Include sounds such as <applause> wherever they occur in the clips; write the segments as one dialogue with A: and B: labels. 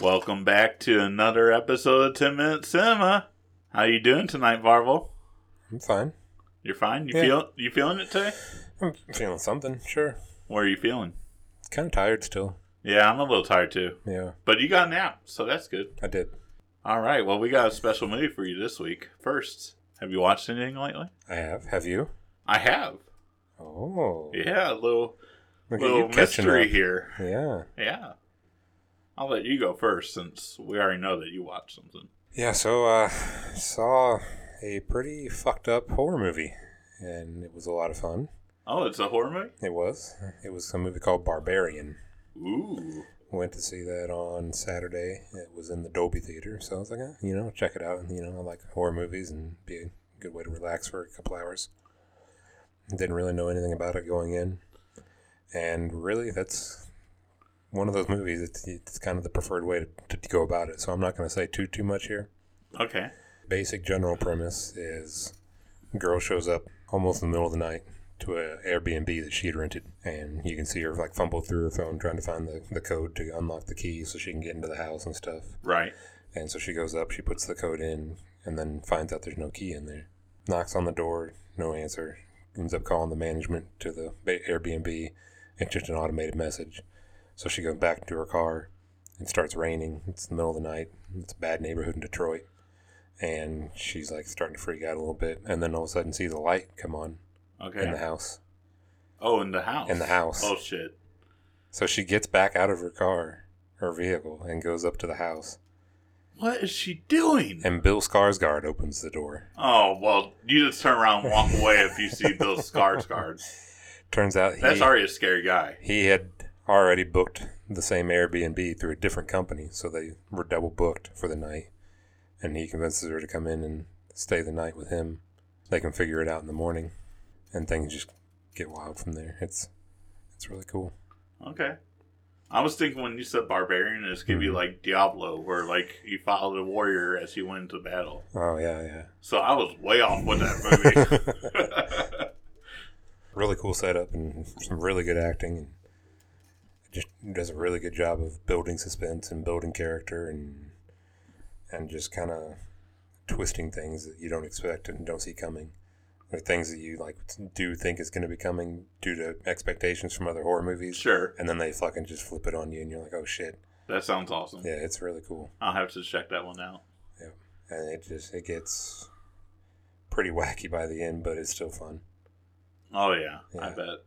A: Welcome back to another episode of Ten Minute Cinema. How you doing tonight, Varvel?
B: I'm fine.
A: You're fine. You
B: Yeah.
A: feel you feeling it today?
B: I'm feeling something, sure.
A: What are you feeling?
B: Kind of tired still.
A: Yeah, I'm a little tired too,
B: Yeah,
A: but you got a nap, so that's good.
B: I did.
A: All right. Well, we got a special movie for you this week. First, have you watched anything lately?
B: I have. Have you?
A: I have.
B: Oh.
A: Yeah, a little
B: Look at you
A: little
B: catching
A: mystery here.
B: up. Yeah.
A: Yeah. I'll let you go first since we already know that you watched something.
B: Yeah, so uh saw a pretty fucked up horror movie and it was a lot of fun.
A: Oh, it's a horror movie?
B: It was. It was a movie called Barbarian.
A: Ooh.
B: Went to see that on Saturday. It was in the Dolby Theater, so I was like, eh, you know, check it out. And, you know, I like horror movies and be a good way to relax for a couple hours. Didn't really know anything about it going in, and really, that's one of those movies. It's, it's kind of the preferred way to, to go about it. So I'm not going to say too too much here.
A: Okay.
B: Basic general premise is girl shows up almost in the middle of the night to a Airbnb that she had rented, and you can see her like fumble through her phone trying to find the, the code to unlock the key so she can get into the house and stuff.
A: Right.
B: And so she goes up, she puts the code in, and then finds out there's no key in there. Knocks on the door, no answer. Ends up calling the management to the ba- Airbnb. It's just an automated message. So she goes back to her car. It starts raining. It's the middle of the night. It's a bad neighborhood in Detroit. And she's like starting to freak out a little bit. And then all of a sudden sees a light come on in the
A: Okay.
B: house.
A: Oh, in the house.
B: In the house.
A: Oh shit.
B: So she gets back out of her car, her vehicle, and goes up to the house.
A: What is she doing?
B: And Bill Skarsgård opens the door.
A: Oh well, you just turn around and walk away if you see Bill Scar cards.
B: Turns out he,
A: That's already a scary guy.
B: he had already booked the same Airbnb through a different company, so they were double booked for the night. And he convinces her to come in and stay the night with him. They can figure it out in the morning, and things just get wild from there. It's it's really cool.
A: Okay. I was thinking when you said barbarian, it's gonna be like Diablo, where like you follow the warrior as he went into battle.
B: Oh yeah, yeah.
A: So I was way off with that movie.
B: Really cool setup and some really good acting, and it just does a really good job of building suspense and building character and and just kind of twisting things that you don't expect and don't see coming, or things that you like do think is going to be coming due to expectations from other horror movies,
A: sure,
B: and then they fucking just flip it on you, and you're like, oh shit,
A: that sounds awesome.
B: yeah, it's really cool,
A: I'll have to check that one out.
B: and it just it gets pretty wacky by the end, but it's still fun.
A: Oh yeah, I
B: Yeah.
A: bet.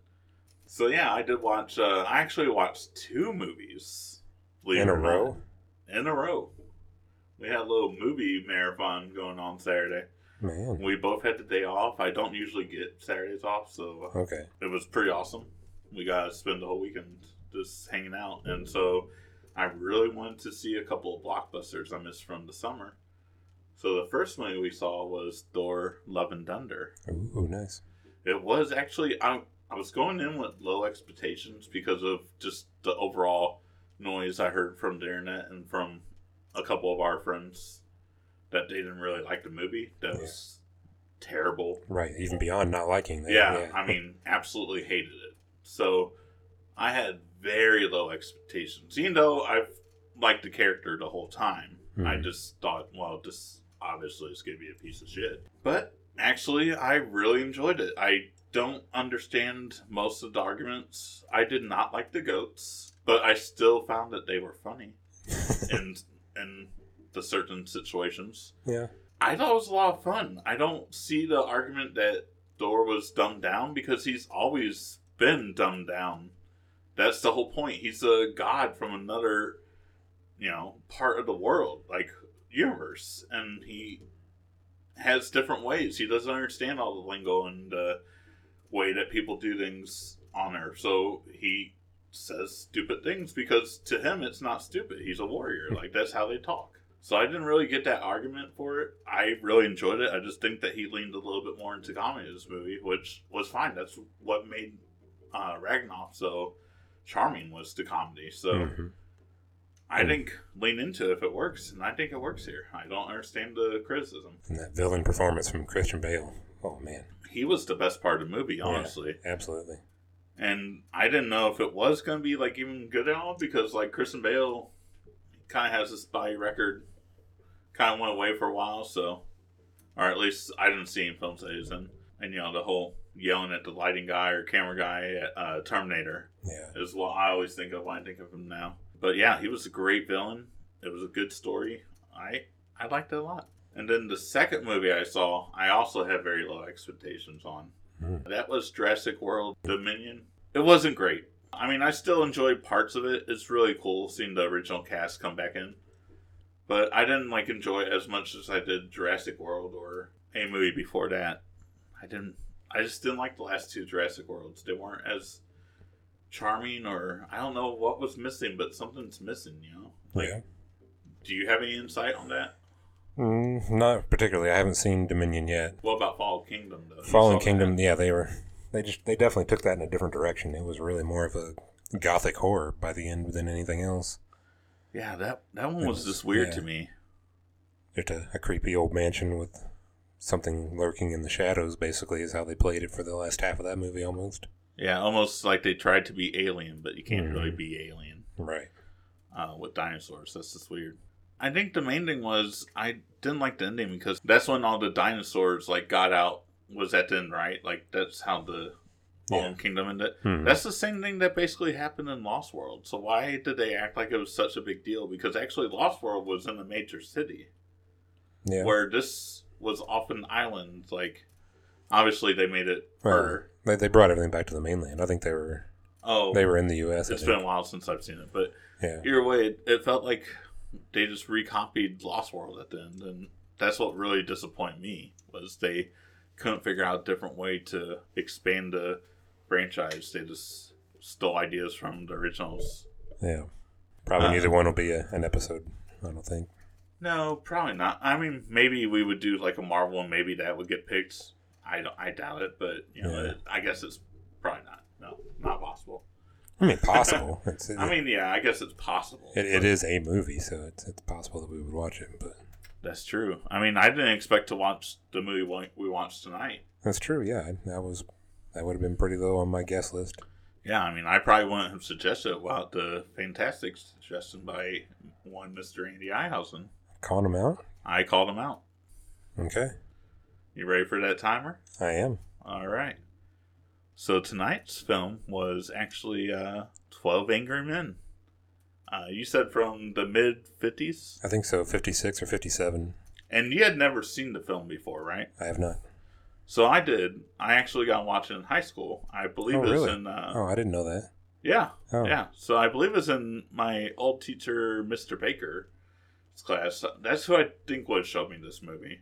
A: So yeah, I did watch. Uh, I actually watched two movies believe
B: In
A: it
B: a
A: or not.
B: row,
A: In a row, we had a little movie marathon going on Saturday.
B: man.
A: We both had the day off. I don't usually get Saturdays off, so
B: Okay.
A: it was pretty awesome. We got to spend the whole weekend just hanging out, and so I really wanted to see a couple of blockbusters I missed from the summer. So the first one we saw was Thor: Love and Thunder.
B: Ooh, nice.
A: It was actually I I was going in with low expectations because of just the overall noise I heard from the internet and from a couple of our friends that they didn't really like the movie. That
B: Yeah.
A: was terrible.
B: Right, even beyond not liking that.
A: Yeah, I mean, absolutely hated it. So I had very low expectations. Even though I've liked the character the whole time, I
B: Mhm.
A: just thought, well, this obviously is going to be a piece of shit. But actually, I really enjoyed it. I don't understand most of the arguments. I did not like the goats, but I still found that they were funny in in the certain situations.
B: yeah,
A: I thought it was a lot of fun. I don't see the argument that Thor was dumbed down because he's always been dumbed down. That's the whole point. He's a god from another, you know, part of the world, like universe, and he has different ways. He doesn't understand all the lingo and the way that people do things on Earth. So he says stupid things because to him it's not stupid. He's a warrior. Like that's how they talk. So I didn't really get that argument for it. I really enjoyed it. I just think that he leaned a little bit more into comedy in this movie, which was fine. That's what made uh, Ragnarok so charming was the comedy. So
B: Mhm.
A: I think lean into it if it works, and I think it works here. I don't understand the criticism.
B: and that villain performance from Christian Bale. Oh man,
A: He was the best part of the movie,
B: Yeah.
A: honestly.
B: absolutely.
A: and I didn't know if it was going to be like even good at all because like Kristen Bale, kind of has this body record. Kind of went away for a while, so, or at least I didn't see any films that he was in. And you know the whole yelling at the lighting guy or camera guy at uh, Terminator
B: Yeah.
A: is what I always think of when I think of him now. But yeah, he was a great villain. It was a good story. I I liked it a lot. And then the second movie I saw, I also had very low expectations on.
B: Hmm.
A: That was Jurassic World Dominion. It wasn't great. I mean, I still enjoyed parts of it. It's really cool seeing the original cast come back in. But I didn't like enjoy it as much as I did Jurassic World or any movie before that. I didn't I just didn't like the last two Jurassic Worlds. They weren't as charming or I don't know what was missing, but something's missing, you know? Like,
B: Yeah.
A: do you have any insight on that?
B: Mm, not particularly. I haven't seen Dominion yet.
A: What about Fallen Kingdom, though? Uh, You
B: Fallen
A: saw that.
B: Kingdom, yeah, they were they just they definitely took that in a different direction. It was really more of a gothic horror by the end than anything else.
A: Yeah, that, that one was just weird
B: Yeah.
A: to me.
B: Just a, a creepy old mansion with something lurking in the shadows basically is how they played it for the last half of that movie almost.
A: Yeah, almost like they tried to be alien, but you can't
B: Mhm.
A: really be alien
B: Right.
A: uh, with dinosaurs. That's just weird. I think the main thing was I didn't like the ending because that's when all the dinosaurs like got out. Was at the end, right? Like that's how the Fallen
B: Yeah.
A: Kingdom ended.
B: Hmm.
A: That's the same thing that basically happened in Lost World. So why did they act like it was such a big deal? Because actually, Lost World was in a major city,
B: yeah.
A: where this was off an island. Like, obviously, they made it
B: Well,
A: harder.
B: they, they brought everything back to the mainland. I think they were
A: Oh,
B: they were in the U.S. I
A: it's been
B: think.
A: a while since I've seen it, but
B: Yeah.
A: either way, it, it felt like they just recopied Lost World at the end, and that's what really disappointed me was they couldn't figure out a different way to expand the franchise. They just stole ideas from the originals.
B: Yeah. Probably
A: Uh,
B: neither one will be a, an episode. I don't think.
A: No, probably not. I mean, maybe we would do like a Marvel, and maybe that would get picked. I don't, I doubt it, but you know,
B: Yeah.
A: it, I guess it's probably not. No, not possible. <laughs>
B: I mean, possible. it's,
A: I mean, yeah, I guess it's possible.
B: it, it is a movie, so it's, it's possible that we would watch it. But
A: That's true. I mean, I didn't expect to watch the movie wa- we watched tonight.
B: that's true. Yeah, I- that was that would have been pretty low on my guest list.
A: Yeah, I mean, I probably wouldn't have suggested it without the fantastic suggestion by one Mister Andy Ihausen.
B: Calling him out.
A: I called him out.
B: Okay,
A: You ready for that timer?
B: I am.
A: All right. So tonight's film was actually uh, 12 Angry Men. Uh, you said from the mid 50s?
B: I think so. Fifty six or fifty seven.
A: And you had never seen the film before, right?
B: I have not.
A: So I did. I actually got to watch it in high school. I believe
B: Oh,
A: it's
B: really?
A: in. Uh,
B: Oh, I didn't know that.
A: Yeah.
B: Oh.
A: Yeah. So I believe it's in my old teacher, Mr. Baker's class. That's who I think would show me this movie.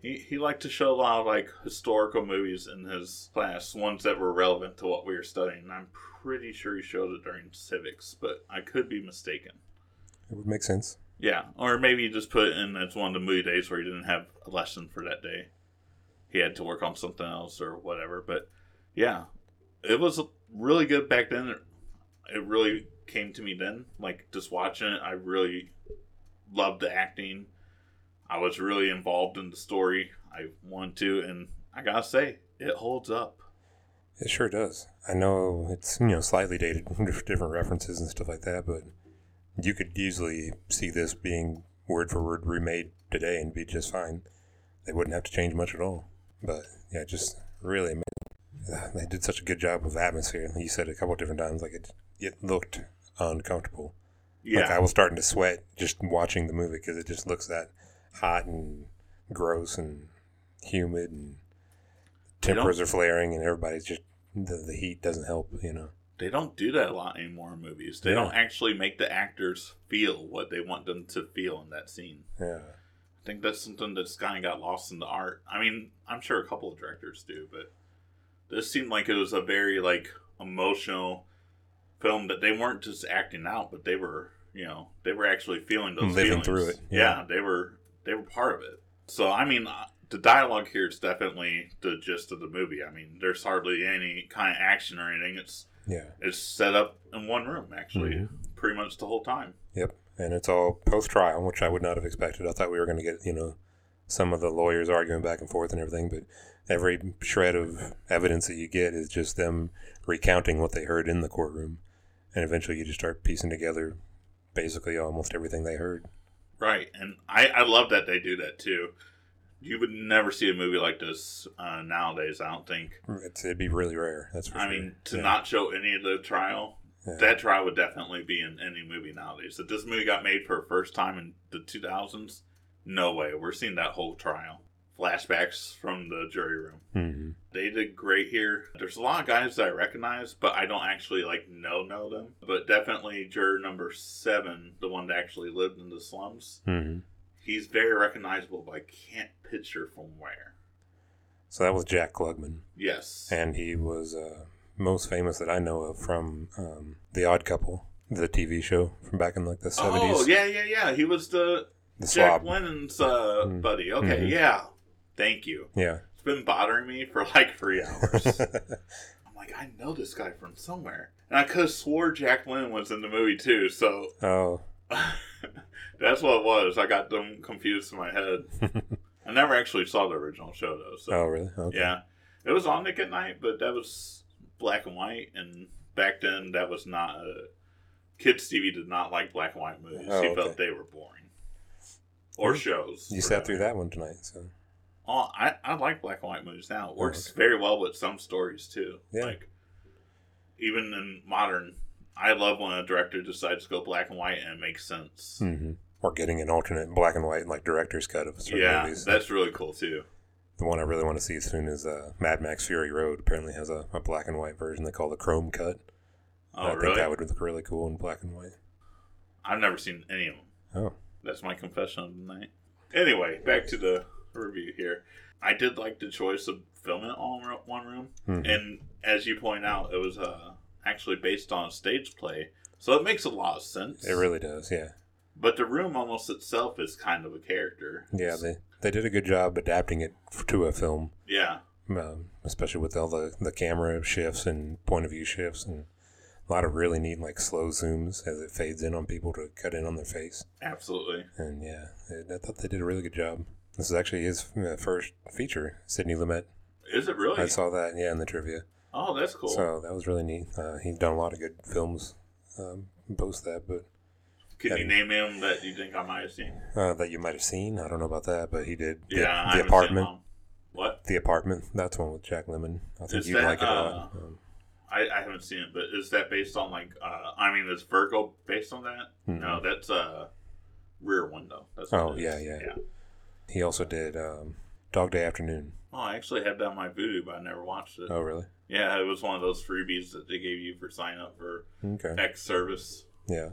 A: He, he liked to show a lot of like historical movies in his class, ones that were relevant to what we were studying. I'm pretty sure he showed it during civics, but I could be mistaken.
B: It would make sense.
A: Yeah, or maybe you just put it in as one of the movie days where he didn't have a lesson for that day. He had to work on something else or whatever. But yeah, it was really good back then. It really came to me then. Like just watching it, I really loved the acting. I was really involved in the story. I wanted to, and I gotta say, it holds up.
B: It sure does. I know it's you know slightly dated, <laughs> different references and stuff like that, but you could easily see this being word for word remade today and be just fine. They wouldn't have to change much at all. But yeah, just really, ama- they did such a good job of atmosphere. You said it a couple different times, like it it looked uncomfortable.
A: Yeah,
B: Like I was starting to sweat just watching the movie because it just looks that hot and gross and humid and
A: You don't-
B: tempers are flaring and everybody's just the, the heat doesn't help, you know.
A: they don't do that a lot anymore in movies. They
B: Yeah.
A: don't actually make the actors feel what they want them to feel in that scene.
B: Yeah.
A: I think that's something that's kind of got lost in the art. I mean, I'm sure a couple of directors do, but this seemed like it was a very like emotional film that they weren't just acting out, but they were, you know, they were actually feeling those
B: Living
A: feelings.
B: through it,
A: Yeah.
B: yeah.
A: they were they were part of it. So I mean, uh, the dialogue here is definitely the gist of the movie. I mean, there's hardly any kind of action or anything. It's
B: Yeah.
A: it's set up in one room actually,
B: Mm-hmm.
A: pretty much the whole time.
B: Yep. And it's all post trial, which I would not have expected. I thought we were going to get, you know, some of the lawyers arguing back and forth and everything, but every shred of evidence that you get is just them recounting what they heard in the courtroom. And eventually you just start piecing together basically almost everything they heard.
A: Right, and I, I love that they do that too. You would never see a movie like this uh, nowadays. I don't think.
B: It's, it'd be really rare. That's for
A: I
B: sure.
A: mean, to
B: Yeah.
A: not show any of the trial,
B: Yeah.
A: that trial would definitely be in any movie nowadays. If this movie got made for a first time in the 2000s, no way. We're seeing that whole trial. Flashbacks from the jury room.
B: Mhm.
A: They did great here. There's a lot of guys that I recognize, but I don't actually like know know them. But definitely juror number seven, the one that actually lived in the slums.
B: Mhm.
A: He's very recognizable, but I can't picture from where.
B: So that was Jack Klugman,
A: Yes.
B: and he was uh, most famous that I know of from um, The Odd Couple, the TV show from back in like the seventies.
A: Oh yeah, yeah, yeah. He was the
B: the
A: Jack
B: slob.
A: Lennon's uh,
B: Mm.
A: buddy. Okay,
B: Mhm.
A: yeah. Thank you.
B: Yeah.
A: It's been bothering me for like
B: <laughs>
A: three hours. I'm like, I know this guy from somewhere. And I could have swore Jack Lennon was in the movie too, so <laughs>
B: oh,
A: that's what it was. I got them confused in my
B: <laughs>
A: head. I never actually saw the original show though, so
B: oh, really? Okay.
A: yeah. It was on Nick at Night, but that was black and white and back then that was not a kids TV did not like black and white movies.
B: Oh,
A: he felt
B: okay.
A: they were boring. Or shows.
B: You sat through that one tonight, so
A: Oh, I, I like black and white movies now. It
B: Oh,
A: works
B: okay.
A: very well with some stories too.
B: Yeah.
A: Like even in modern, I love when a director decides to go black and white and it makes sense.
B: hmm or getting an alternate black and white like director's cut of certain
A: yeah,
B: movies.
A: that's really cool too.
B: the one I really want to see soon is uh, Mad Max Fury Road. Apparently has a, a black and white version they call the Chrome cut.
A: Oh,
B: I
A: really?
B: think that would look really cool in black and white.
A: I've never seen any of them.
B: Oh,
A: That's my confession of the night. Anyway, back to the review here. I did like the choice of filming it all in ro- one room,
B: Mhm.
A: and as you point out, it was uh, actually based on a stage play, so it makes a lot of sense.
B: it really does. Yeah,
A: But the room almost itself is kind of a character.
B: yeah. They they did a good job adapting it f- to a film,
A: yeah.
B: um, especially with all the the camera shifts and point of view shifts and a lot of really neat like slow zooms as it fades in on people to cut in on their face.
A: Absolutely.
B: And yeah, I- I thought they did a really good job. This is actually his uh, first feature, Sidney Lumet.
A: Is it really?
B: I saw that, yeah, in the trivia.
A: oh, that's Oh, cool.
B: So that was really neat. Uh, he's done a lot of good films um, post that, but
A: Can you
B: yeah.
A: name him that you think I might have seen?
B: uh, that you might have seen. I don't know about that, but he did the,
A: Yeah, I
B: the
A: haven't
B: apartment.
A: Seen him. What?
B: The apartment. That's one with Jack Lemon. I think
A: Is
B: you'd
A: that,
B: like it a lot.
A: uh,
B: Um,
A: I, I haven't seen it, but is that based on like? uh I mean, is Virgo based on that? No, that's uh, Rear Window. That's what
B: Oh,
A: it is.
B: yeah, yeah. he also did um, Dog Day Afternoon.
A: Oh, I actually had that on my voodoo, but I never watched it.
B: Oh, really?
A: Yeah, it was one of those freebies that they gave you for sign up for
B: Okay.
A: X service.
B: Yeah.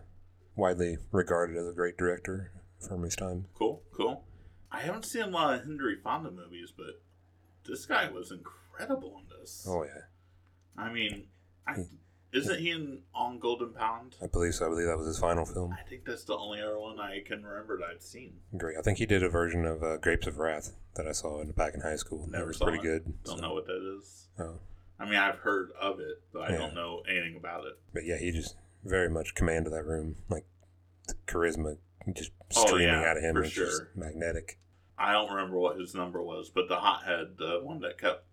B: Widely regarded as a great director from his time.
A: Cool, cool. I haven't seen a lot of Henry Fonda movies, but this guy was incredible in this.
B: Oh, Hmm. yeah.
A: I mean, I, isn't he in On Golden Pound?
B: I believe so. I believe that was his final film.
A: I think that's the only other one I can remember that I've seen.
B: Great. I think he did a version of uh, Grapes of Wrath that I saw in, back in high school.
A: Never
B: that was
A: saw
B: pretty
A: it.
B: good.
A: Don't
B: so-
A: know what that is.
B: Oh.
A: I mean, I've heard of it, but I
B: Yeah.
A: don't know anything about it.
B: But yeah, he just very much commanded that room. Like the charisma just
A: Oh,
B: streaming
A: yeah,
B: out of him.
A: for
B: it's just
A: sure.
B: magnetic.
A: I don't remember what his number was, but the hothead, the one that kept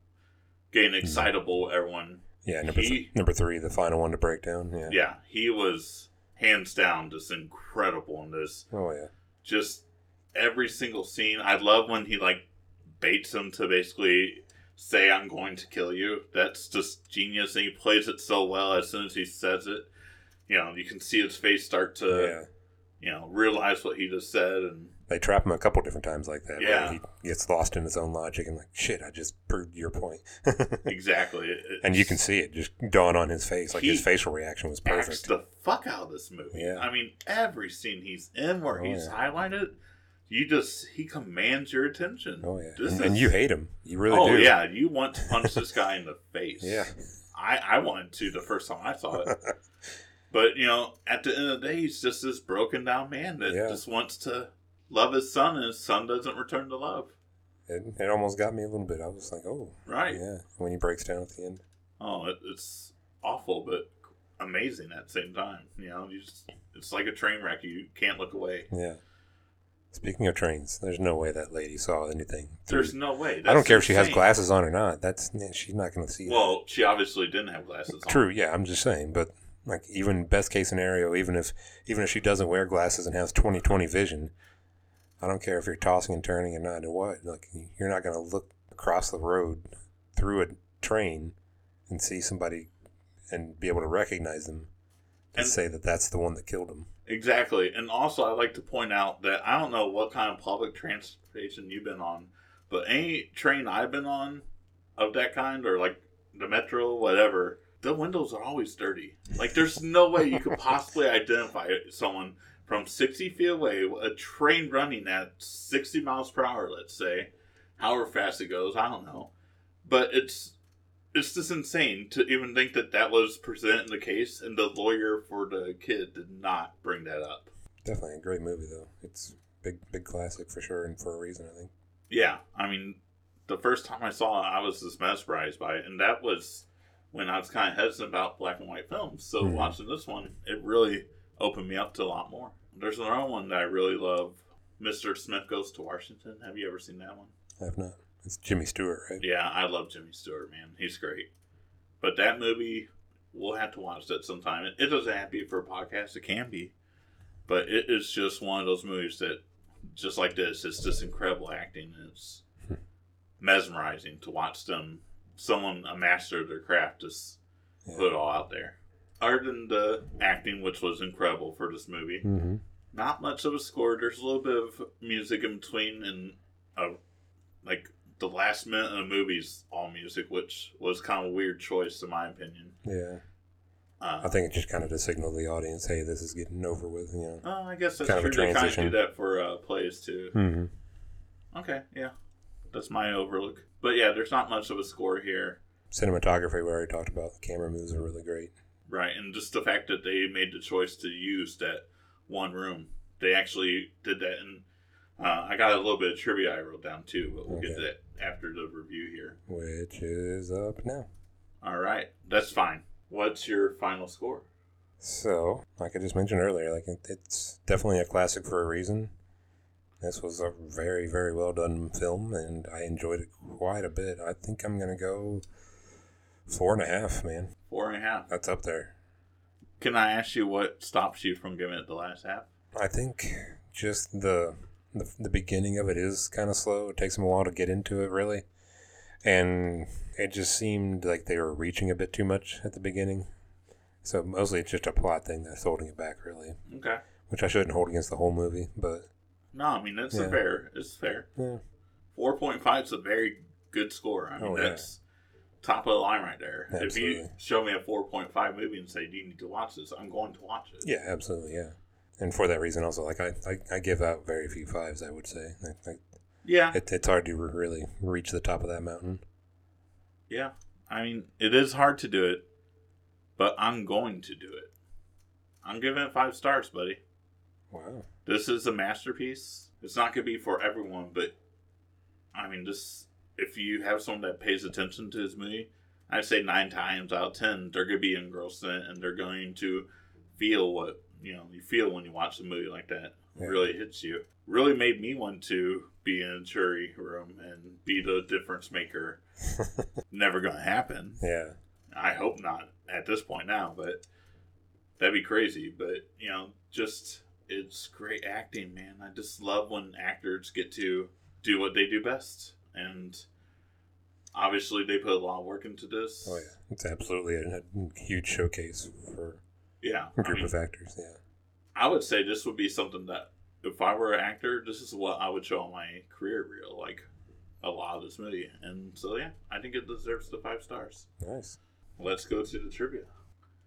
A: getting
B: Mm-hmm.
A: excitable, everyone.
B: Yeah, number th-
A: He-
B: number three, the final one to break down. Yeah.
A: Yeah, he was hands down just incredible in this.
B: Oh yeah.
A: Just every single scene. I love when he like baits him to basically say, "I'm going to kill you." That's just genius, and he plays it so well. As soon as he says it, you know, you can see his face start to,
B: yeah.
A: you know, realize what he just said, and
B: <laughs> They trap him a couple different times like that. where
A: Yeah.
B: He gets lost in his own logic and like, shit, I just proved your point. <laughs>
A: exactly. It-
B: and you can see it just dawn on his face. Like his
A: He
B: facial reaction was
A: acts
B: perfect.
A: the fuck out of this movie.
B: Yeah.
A: I mean, every scene he's in where
B: Oh,
A: he's
B: yeah.
A: highlighted, you just he commands your attention.
B: Oh yeah.
A: This
B: And,
A: is-
B: and you hate him. You really
A: oh
B: do.
A: yeah, you want to punch this guy in the face.
B: Yeah.
A: I I wanted to the first time I saw
B: <laughs>
A: it. But you know, at the end of the day, he's just this broken down man that
B: Yeah.
A: just wants to love his son, and his son doesn't return the love.
B: It, it almost got me a little bit. I was like, oh.
A: Right?
B: Yeah. When he breaks down at the end.
A: Oh, it, it's awful, but amazing at the same time. You know, you just it's like a train wreck. You can't look away.
B: Yeah. Speaking of trains, there's no way that lady saw anything.
A: There's no way.
B: I don't
A: That's
B: care if she has
A: insane.
B: glasses on or not. That's she's not going to see. it.
A: Well, she obviously didn't have glasses on.
B: True. Yeah, I'm just saying. But Like even best case scenario, even if even if she doesn't wear glasses and has 20/20 vision, I don't care if you're tossing and turning and not to what. Like you're not going to look across the road through a train and see somebody and be able to recognize them and,
A: And-
B: say that that's the one that killed him.
A: Exactly. And also, I'd like to point out that I don't know what kind of public transportation you've been on, but any train I've been on of that kind, or like the metro, whatever, the windows are always dirty. Like, there's no way you could
B: <laughs>
A: possibly identify someone from 60 feet away, a train running at 60 miles per hour, let's say, however fast it goes, I don't know. But it's. It's just insane to even think that that was presented in the case, and the lawyer for the kid did not bring that up.
B: Definitely a great movie though. It's big big classic for sure and for a reason I think.
A: Yeah, I mean, the first time I saw it, I was just mesmerized by it, and that was when I was kind of hesitant about black and white films. So
B: Mhm.
A: watching this one, it really opened me up to a lot more. There's another one that I really love, Mr. Smith Goes to Washington. Have you ever seen that one?
B: I have not. It's Jimmy Stewart, right?
A: Yeah, I love Jimmy Stewart, man. He's great. But that movie, we'll have to watch that sometime. It, it doesn't have to be for a podcast, it can be. But it is just one of those movies that, just like this, it's just incredible acting. It's mesmerizing to watch them, someone, a master of their craft, just
B: Yeah.
A: put it all out there. Other than the acting, which was incredible for this movie,
B: Mm-hmm.
A: not much of a score. There's a little bit of music in between, and uh, like the last minute of the movie's all music, which was kind of a weird choice in my opinion.
B: Yeah.
A: Uh,
B: I think it's just kind of to signal to the audience, hey, this is getting over with, you know.
A: uh, I guess that's
B: kind of
A: true.
B: a
A: They kind of do
B: transition.
A: that for uh, plays too.
B: Mm-hmm.
A: Okay, yeah, that's my overlook. But yeah, there's not much of a score here,
B: Cinematography, we already talked about. The camera moves are really great.
A: right? And just the fact that they made the choice to use that one room, they actually did that. And uh, I got a little bit of trivia I wrote down too, but we'll get to
B: Okay.
A: that after the review here.
B: Which is up now.
A: All right, that's fine. What's your final score?
B: So, like I just mentioned earlier, like it, it's definitely a classic for a reason. This was a very, very well done film, and I enjoyed it quite a bit. I think I'm gonna go four and a half, man.
A: Four and a half.
B: That's up there.
A: Can I ask you what stops you from giving it the last half?
B: I think just the the, the beginning of it is kind of slow. It takes them a while to get into it, really, and it just seemed like they were reaching a bit too much at the beginning. So mostly it's just a plot thing that's holding it back, really,
A: Okay.
B: which I shouldn't hold against the whole movie, but
A: No, I mean that's a
B: Yeah.
A: fair. It's fair.
B: yeah.
A: Four point five is a very good score. I mean
B: Oh, yeah.
A: that's top of the line right there. If you
B: Absolutely.
A: show me a four point five movie and say "Do you need to watch this, I'm going to watch it.
B: Yeah, absolutely. Yeah. And for that reason, also, like, I, I, I give out very few fives, I would say. Like, like,
A: Yeah.
B: it, it's hard to really reach the top of that mountain.
A: Yeah. I mean it is hard to do it, but I'm going to do it. I'm giving it five stars, buddy.
B: Wow.
A: this is a masterpiece. It's not gonna be for everyone, but I mean, this if you have someone that pays attention to this movie, I'd say nine times out of ten they're gonna be engrossed in it and they're going to feel what you know you feel when you watch a movie like that. It
B: Yeah.
A: Really hits you. Really made me want to be in a jury room and be the difference maker. Never gonna happen.
B: Yeah.
A: I hope not at this point now, but that'd be crazy. But you know, just it's great acting, man. I just love when actors get to do what they do best, and obviously they put a lot of work into this.
B: Oh, yeah. It's absolutely a, a huge showcase for
A: yeah.
B: a
A: I,
B: group
A: mean,
B: of actors. Yeah.
A: I would say this would be something that if I were an actor, this is what I would show on my career reel, like a lot of this movie. And so yeah, I think it deserves the five stars.
B: Nice.
A: Let's go to the trivia.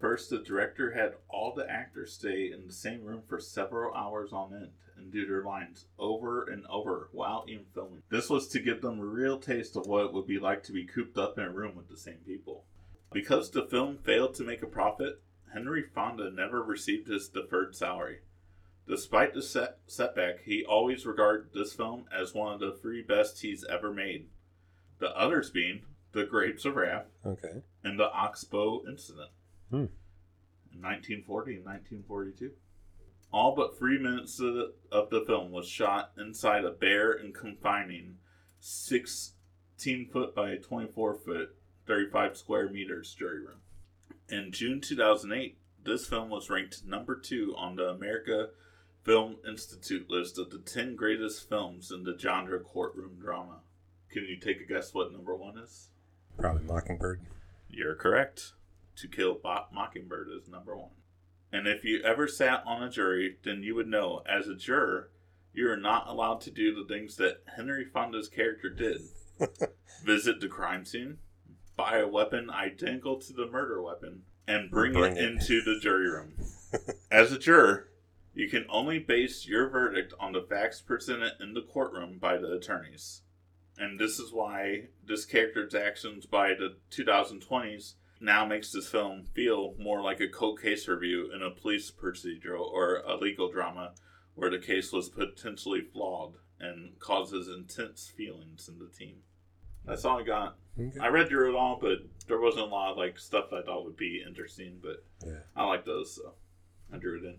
A: First, the director had all the actors stay in the same room for several hours on end and do their lines over and over while in filming. This was to give them a real taste of what it would be like to be cooped up in a room with the same people. Because the film failed to make a profit, Henry Fonda never received his deferred salary. Despite the set- setback, he always regarded this film as one of the three best he's ever made. The others being The Grapes of Wrath,
B: Okay.
A: and the Oxbow Incident
B: Hmm.
A: in 1940 and 1942. All but three minutes of the, of the film was shot inside a bare and confining 16 foot by 24 foot, 35 square meters jury room. In June 2008, this film was ranked number two on the America Film Institute list of the 10 greatest films in the genre courtroom drama. Can you take a guess what number one is?
B: Probably Mockingbird.
A: You're correct. To Kill Bo- Mockingbird is number one. And if you ever sat on a jury, then you would know, as a juror, you are not allowed to do the things that Henry Fonda's character did visit the crime scene, buy a weapon identical to the murder weapon, and bring,
B: Bring
A: it
B: it.
A: into the jury room. As a juror, you can only base your verdict on the facts presented in the courtroom by the attorneys. And this is why this character's actions by the 2020s now makes this film feel more like a cold case review in a police procedural or a legal drama where the case was potentially flawed and causes intense feelings in the team. That's all I got.
B: Okay.
A: I read through it all, but there wasn't a lot of like stuff I thought would be interesting. But
B: Yeah.
A: I like those, so I drew it in.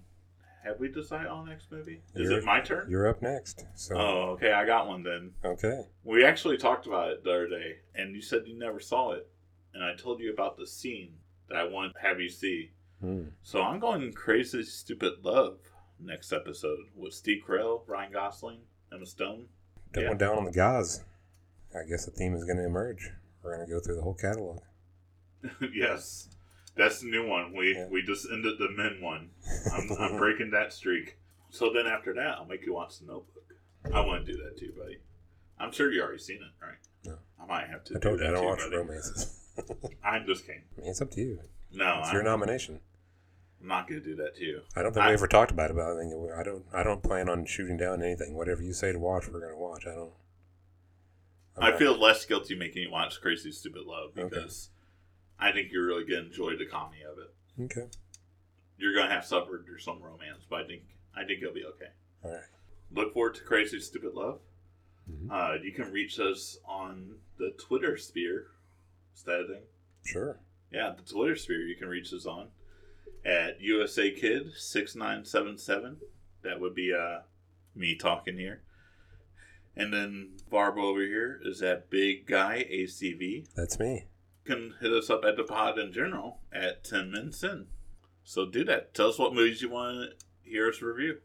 A: Have we decided on next movie? Is
B: You're-
A: it my turn?
B: You're up next. So
A: Oh, okay. I got one then.
B: okay.
A: We actually talked about it the other day, and you said you never saw it, and I told you about the scene that I want to have you see.
B: Hmm.
A: So I'm going crazy, stupid love next episode with Steve Carell, Ryan Gosling, Emma Stone. <laughs>
B: Doubling
A: Yeah.
B: down on the gauze. I guess the theme is going to emerge. We're going to go through the whole catalog.
A: yes, that's the new one. We
B: Yeah.
A: we just ended the men one.
B: <laughs>
A: I'm, I'm breaking that streak. So then after that, I'll make you watch the Notebook. I want to do that too, buddy. I'm sure you already seen it, right?
B: No.
A: I might have to.
B: I told
A: do
B: you
A: that
B: I don't
A: too,
B: watch
A: buddy.
B: romances. <laughs> I
A: I'm just kidding.
B: mean, it's up to you.
A: No,
B: It's
A: I'm,
B: your nomination.
A: I'm not going to do that to you.
B: I don't think
A: I-
B: we ever talked about it. But I think we- I don't. I don't plan on shooting down anything. Whatever you say to watch, we're going to watch. I don't. I'm
A: I
B: not-
A: feel less guilty making you watch Crazy Stupid Love
B: Okay.
A: because I think you're really going to enjoy the comedy of it.
B: okay.
A: You're going to have suffered through some romance, but I think I think you'll be okay.
B: All right.
A: Look forward to Crazy Stupid Love.
B: Mhm.
A: Uh, you can reach us on the Twitter sphere. Is that a thing?
B: Sure.
A: Yeah, the Twitter sphere you can reach us on at USA Kid six nine seven seven. That would be uh me talking here. And then Barb over here is at Big Guy ACV.
B: That's me.
A: You can hit us up at the pod in general at Ten Men Sin. So do that. Tell us what movies you want to hear us review.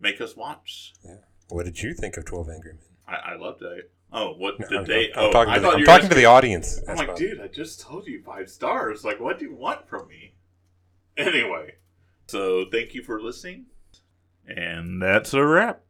A: Make us watch.
B: Yeah. What did you think of Twelve Angry Men?
A: I, I loved it. Oh, what
B: No,
A: did
B: I'm,
A: they?
B: I'm
A: oh,
B: talking,
A: I
B: to the,
A: thought
B: I'm
A: you were
B: talking to
A: asking-
B: the audience.
A: I'm
B: That's
A: like,
B: fine.
A: dude, I just told you five stars. Like, what do you want from me? Anyway, so thank you for listening, and that's a wrap.